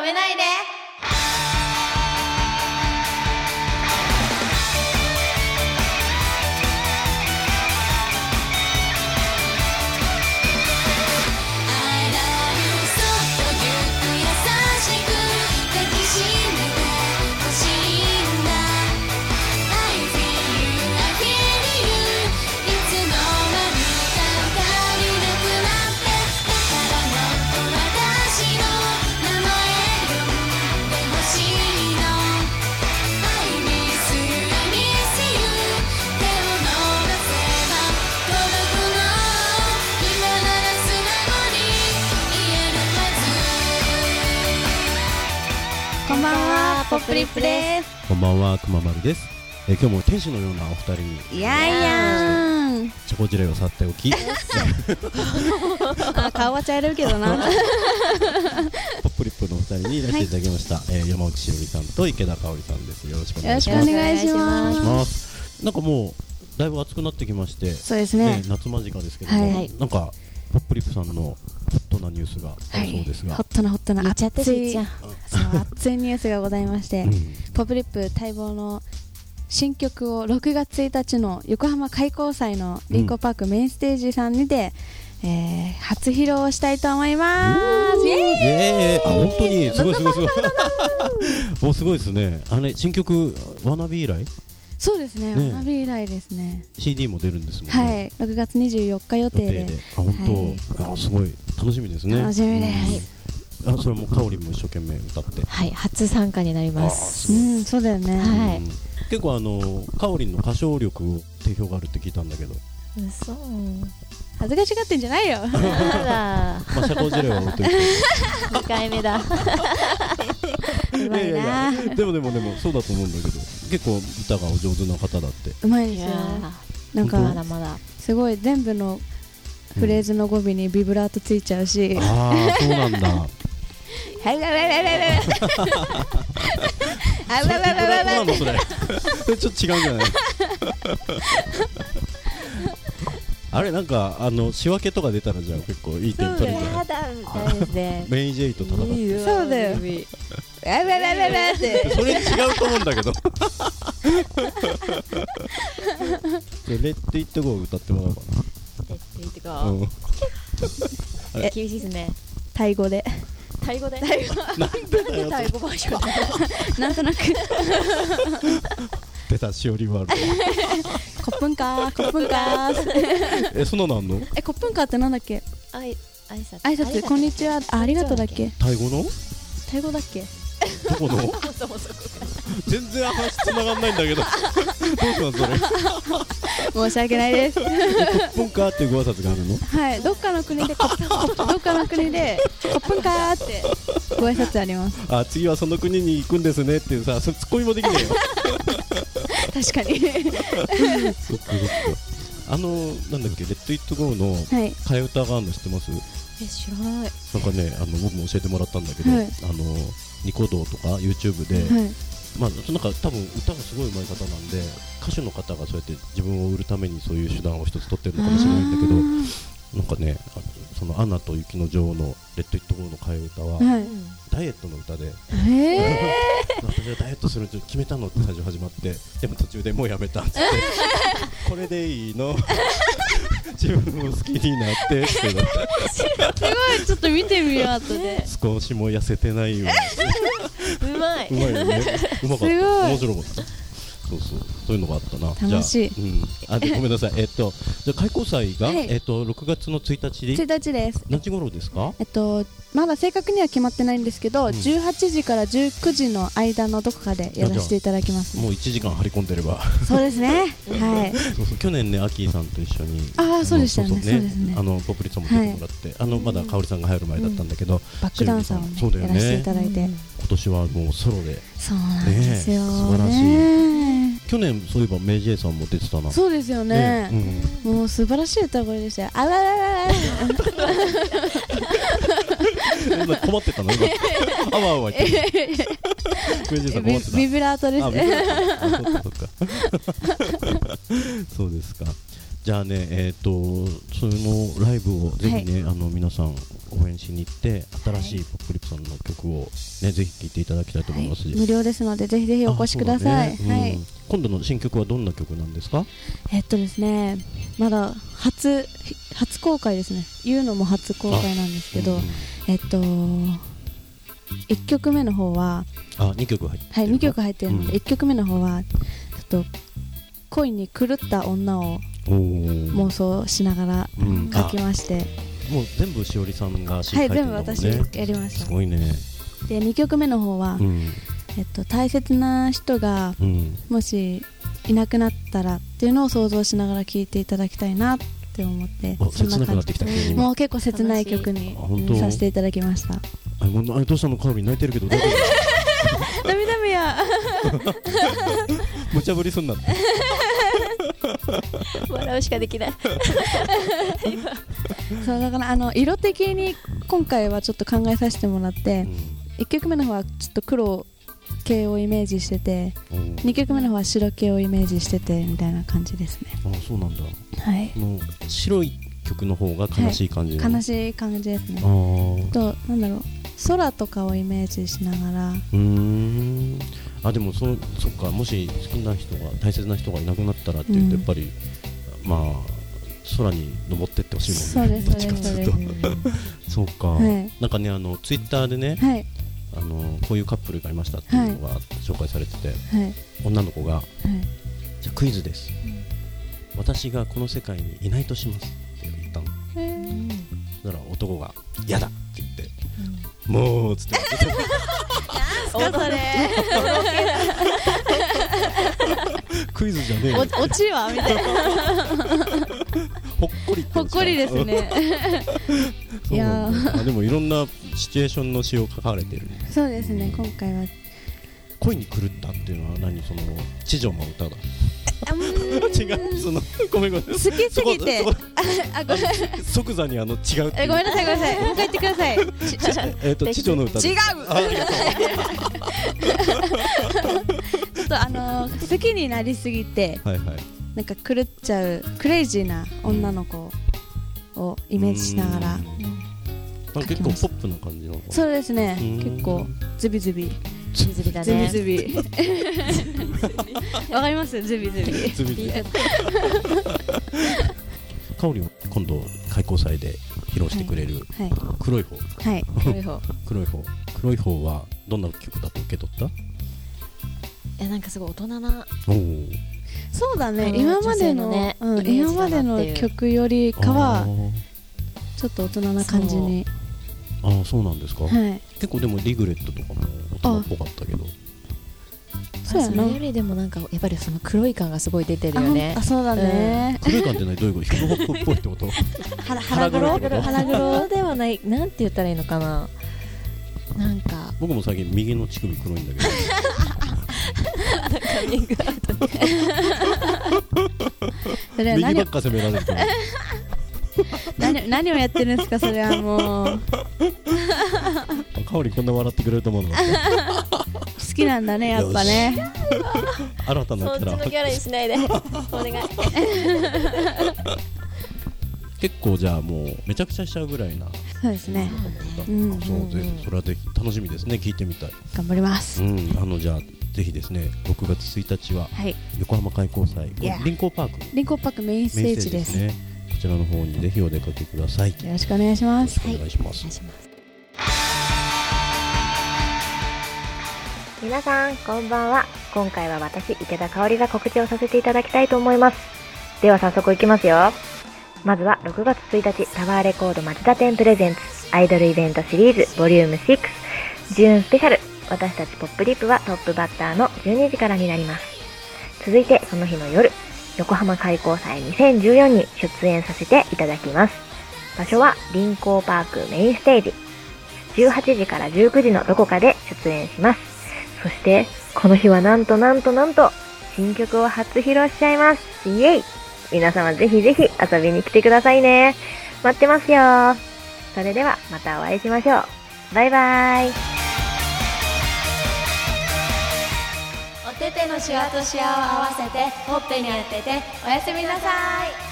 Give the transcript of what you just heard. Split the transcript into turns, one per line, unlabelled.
めないで
「I love you そっとぎゅっと優しく抱きしめてほしいんだ」「I feel you, I feel you」「いつの間にか足りなくなって」「だからもっと私の名前呼んでほしいの」「I miss you, I miss you」「手を伸ばせば届くの」「今なら素直に言えるはず」
こんばんはポップリップです
こんばんは、くままるです。えー今日も天使のようなお二人に、
いやいやーん
チョコジレを去ってお き、ポ
あ顔は茶色いけどな
ップリップのお二人にいらしていただきました。えー山内しおりさんと池田香織さんです。よろしくお願いします。
よろしくお願いします
お願いします。なんかもう、だいぶ暑くなってきまして、
そうですね
夏間近ですけども、
はいはい
なんか、ポップリップさんのホットなニュースがあるそうですが、
ホットなホットな
言っちゃって
熱
言っ
い
ち
そ
ゃう
う熱いニュースがございまして、
うん
ポップリップ待望の新曲を6月1日の横浜開港祭のリンコパークメインステージさんにて、えー初披露をしたいと思いますイエーイ
ええあ本当にすごいすごいすごい もうすごいですねあれ新曲わなび以来
そうですね、
ねえ
花火以来ですね
CD も出るんですもんね
はい6月24日予定
予
で
定であ本当、あすごい楽しみですね、
楽しみです
あそれもかおりも一生懸命歌って
はい、初参加になります。
うんそうだよね、
はい
うん結構あのかおりんの歌唱力を定評があるって聞いたんだけど、
嘘。
恥ずかしがってんじゃないよ
あ
まあ、社交辞令は置いといて
ら、二回目だ。
うまい
や
な
やでもでもでもそうだと思うんだけど結構歌がお上手な方 だって
うまいで
い
す
や
よ
ー
なん
本
ま
か
だまだ。
すごい全部のフレーズの語尾にビブラートついちゃうし、はい
ああそうなんだ
はいはいはいはいはいはい あ
それ
わわわわわ
なのそれそれちょっと違うんじ ゃないあれなんかあの仕分けとか出たらじゃあ結構いい点取れるんじゃない
だみたいですね。
メイン J と戦って
そうだよあわわわわって
それ違うと思うんだけどでレッテイットゴー歌ってもらおうかな、うん、
厳しいですね。
タイ語で
タイ語で。
なんでだよ
タイ語バージョン。
なんとなく
出たしおりはある
コップンカーコップンカー
えそんなのあんの
えコップンカーってなんだっけ
あい、挨拶。
挨拶こんにちはあありがとうだっけ
タイ語の
タイ語だっけ
どこの全然話つながんないんだけどどうしたのそ
申
れ
し訳ないです
「ポンカー」っていうご挨拶があるの
はいどっかの 国でコップどっかの国でコップンカーってご挨拶あります
あ次はその国に行くんですねっていうさそれツッコミもでき ないよ
確かに
そっかそっかあのなんだっけ「レッド・イット・ゴー」の
はい
替え歌があるの知ってます
え、知らない。
なんかね、あの僕も教えてもらったんだけど、
はい
あのニコ動とか YouTube で、
はい
まあなんか多分歌がすごい上手い方なんで、歌手の方がそうやって自分を売るためにそういう手段を一つ取ってるのかもしれないんだけど、なんかね、あのそのアナと雪の女王のレッドイットゴーの替え歌は、
はい
ダイエットの歌で、
え
私はダイエットすると決めたのって最初始まって、でも途中でもうやめたっつ って、これでいいの。 自分を好きになってってなって
ー、ちょっと見てみよう後で
少しも痩せてないよ。
うまいう
まいよね。うまか
すご
った。
い
面白かった。そうそう、そういうのがあったな。じゃあ
楽しい
うん。あ、でごめんなさい。えっと、じゃあ開講祭が、
はい
えっと、6月の1日で、
1日です
何時頃ですか
えっとまだ正確には決まってないんですけど、
ん
18時から19時の間のどこかでやらせていただきます、
もう1時間張り込んでれ ば。
そうですねはい
そうそう去年ね、アキーさんと一緒に。
あー
の
そうでしたよねそうですね
あの、ポプリさんも出てもらって、あの、まだ香織さんが入る前だったんだけど、
バックダンサーを、
そうだ
ね
よ
や
ね
らせていただいて、
今年はもうソロで。
そうなんですよ、
ねえ素晴らしい
ね
去年、そういえば、メイジェイさんも出てたな。
えそうですよね
うん。
もう素晴らしい歌声でしたよあらららら
今困ってたの今。あわあわ言ってる。メイジェイさん困
ビ
ってた。
ビブラートです
あ、
ね
あそっかそっかそうですか。じゃあね、えっ、と、そのライブをぜひね、あの皆さん応援しに行って、新しいポップリップさんの曲をね、ぜひ聴いていただきたいと思います。
無料ですのでぜひぜひお越しください、
あそう
は
ね
い
うん今度の新曲はどんな曲なんですか？
えっとですねまだ初初公開ですね言うのも初公開なんですけど、
うん
えっと1曲目の方は
あ、二曲入ってるか。
はい2曲入ってるの
うん
で、1曲目の方はちょっと恋に狂った女を
おー
妄想しながら
うん
書きまして、
もう全部しおりさんが詩
は
書
い
いてる
全
ん
部
だもんね。
私やりまし
す
た
ごいね。
で2曲目の方は、
うん
えっと、大切な人が
うん。
もしいなくなったらっていうのを想像しながら聴いていただきたいなって思って
あ、
そんな
切なく
感
なっ
じ
てきた急に
もう結構切ない曲に
あ本当
させていただきました
あもうあれどうしたのカロリー泣いてるけど 大丈
涙目や
夫？無茶ぶりすんなって。
笑うしかできない。
そうだからあの色的に今回はちょっと考えさせてもらって1曲目の方はちょっと黒系をイメージしてて
うん
2曲目の方は白系をイメージしててみたいな感じですね
あ、そうなんだ。
はい
もう白い曲の方が悲しい感じなの。
悲しい感じですね
あー
となんだろう空とかをイメージしながら
うーんあでもそそっかもし好きな人が大切な人がいなくなったらっていうと、
うん
やっぱりまあ空に登ってってほしい
そ
も
うんで
ね
すそうですそうです
そうか、
はい
なんかねあのツイッターでね、
はい
あのこういうカップルがいましたっていうのが紹介されてて、
はい
女の子が
はい
じゃあクイズです、私がこの世界にいないとしますって言ったのそしたら男が嫌だって言ってもうっつって
おどれ。
クイズじゃねえよ
お落ちはみたいな
ほっこりって
ほっこりです ね
い
いや
や
ー
でもいろんなシチュエーションの詩を書かれてる ね
そうですね今回は
恋に狂ったっていうのは何その地上の歌だ 違うそのごめんごめん
好きすぎて
そこそこ
あごめん
即座にあの違うって
え
い
ごめ
うん
なさいごめんなさいもう一回言ってくださいちち
えっと地上の歌です
違う
あありがと
ちょっとあのー好きになりすぎて
うはいはい
なんか狂っちゃうクレイジーな女の子を イメージしながら
うんまあ結構ポップな感じなのかな
そうですね
うん
結構ズビズビ
ズビズビだ
ズビ
ね。
ズビ わかりますズビズビ
つぶつぶ香りを今度開講祭で披露してくれる
はい
黒い方
はいそういう方
黒い方黒い方はどんな曲だと受け取った
いやなんかすごい大人な。
おお
そうだね
あの
今まで
女性
の
のね
う
イ
ん
メー
今
ジだ
ま
な
で
っていう
の曲よりかはちょっと大人な感じに
あーあーそうなんですか、
はい
結構でもリグレットとかも大人っぽかったけど
そうやな
まあそれよりでもなんかやっぱりその黒い感がすごい出てるよね
あ。そうだね
黒い感じないどういうことヒップホップっぽいってこと
腹
腹黒いってこと
腹黒ではない。 なんて言ったらいいのかな。なんか
僕も最近右の乳首黒いんだけど
カミングアウトに
それは
右
何
ば
を
っか攻められるから
何を何をやってるんですかそれはもう
香りこんな笑ってくれると思う の
好きなんだねやっぱね
新たなキャラ
しないでお願い。
結構じゃあもうめちゃくちゃしちゃうぐらいな
そうですねうん
あそうぜひそれはぜひ楽しみですね聞いてみたい
頑張ります
うんあのじゃあぜひですね6月1日は
はい
横浜開港祭これ
Yeah
臨港パーク
リンコンパックメインス
メ
テ
ッ
ー
セ
ジ
ージ
で
ですすねこちらの方にぜひお出かけくださいよ
よろしくお願いしま
ろし
す
くお願いします
皆さんこんばんは今回は私池田香織が告知をさせていただきたいと思いますでは早速いきますよまずは6月1日タワーレコード町田店プレゼンツアイドルイベントシリーズボリューム6ジューンスペシャル私たちポップリップはトップバッターの12時からになります続いてその日の夜横浜開港祭2014に出演させていただきます場所は臨港パークメインステージ18時から19時のどこかで出演しますそして、この日はなんとなんとなんと、新曲を初披露しちゃいます。イエイ皆様ぜひぜひ遊びに来てくださいね。待ってますよ。それではまたお会いしましょう。バイバイ。
お手手のシワとシワを合わせてほっぺに当てておやすみなさい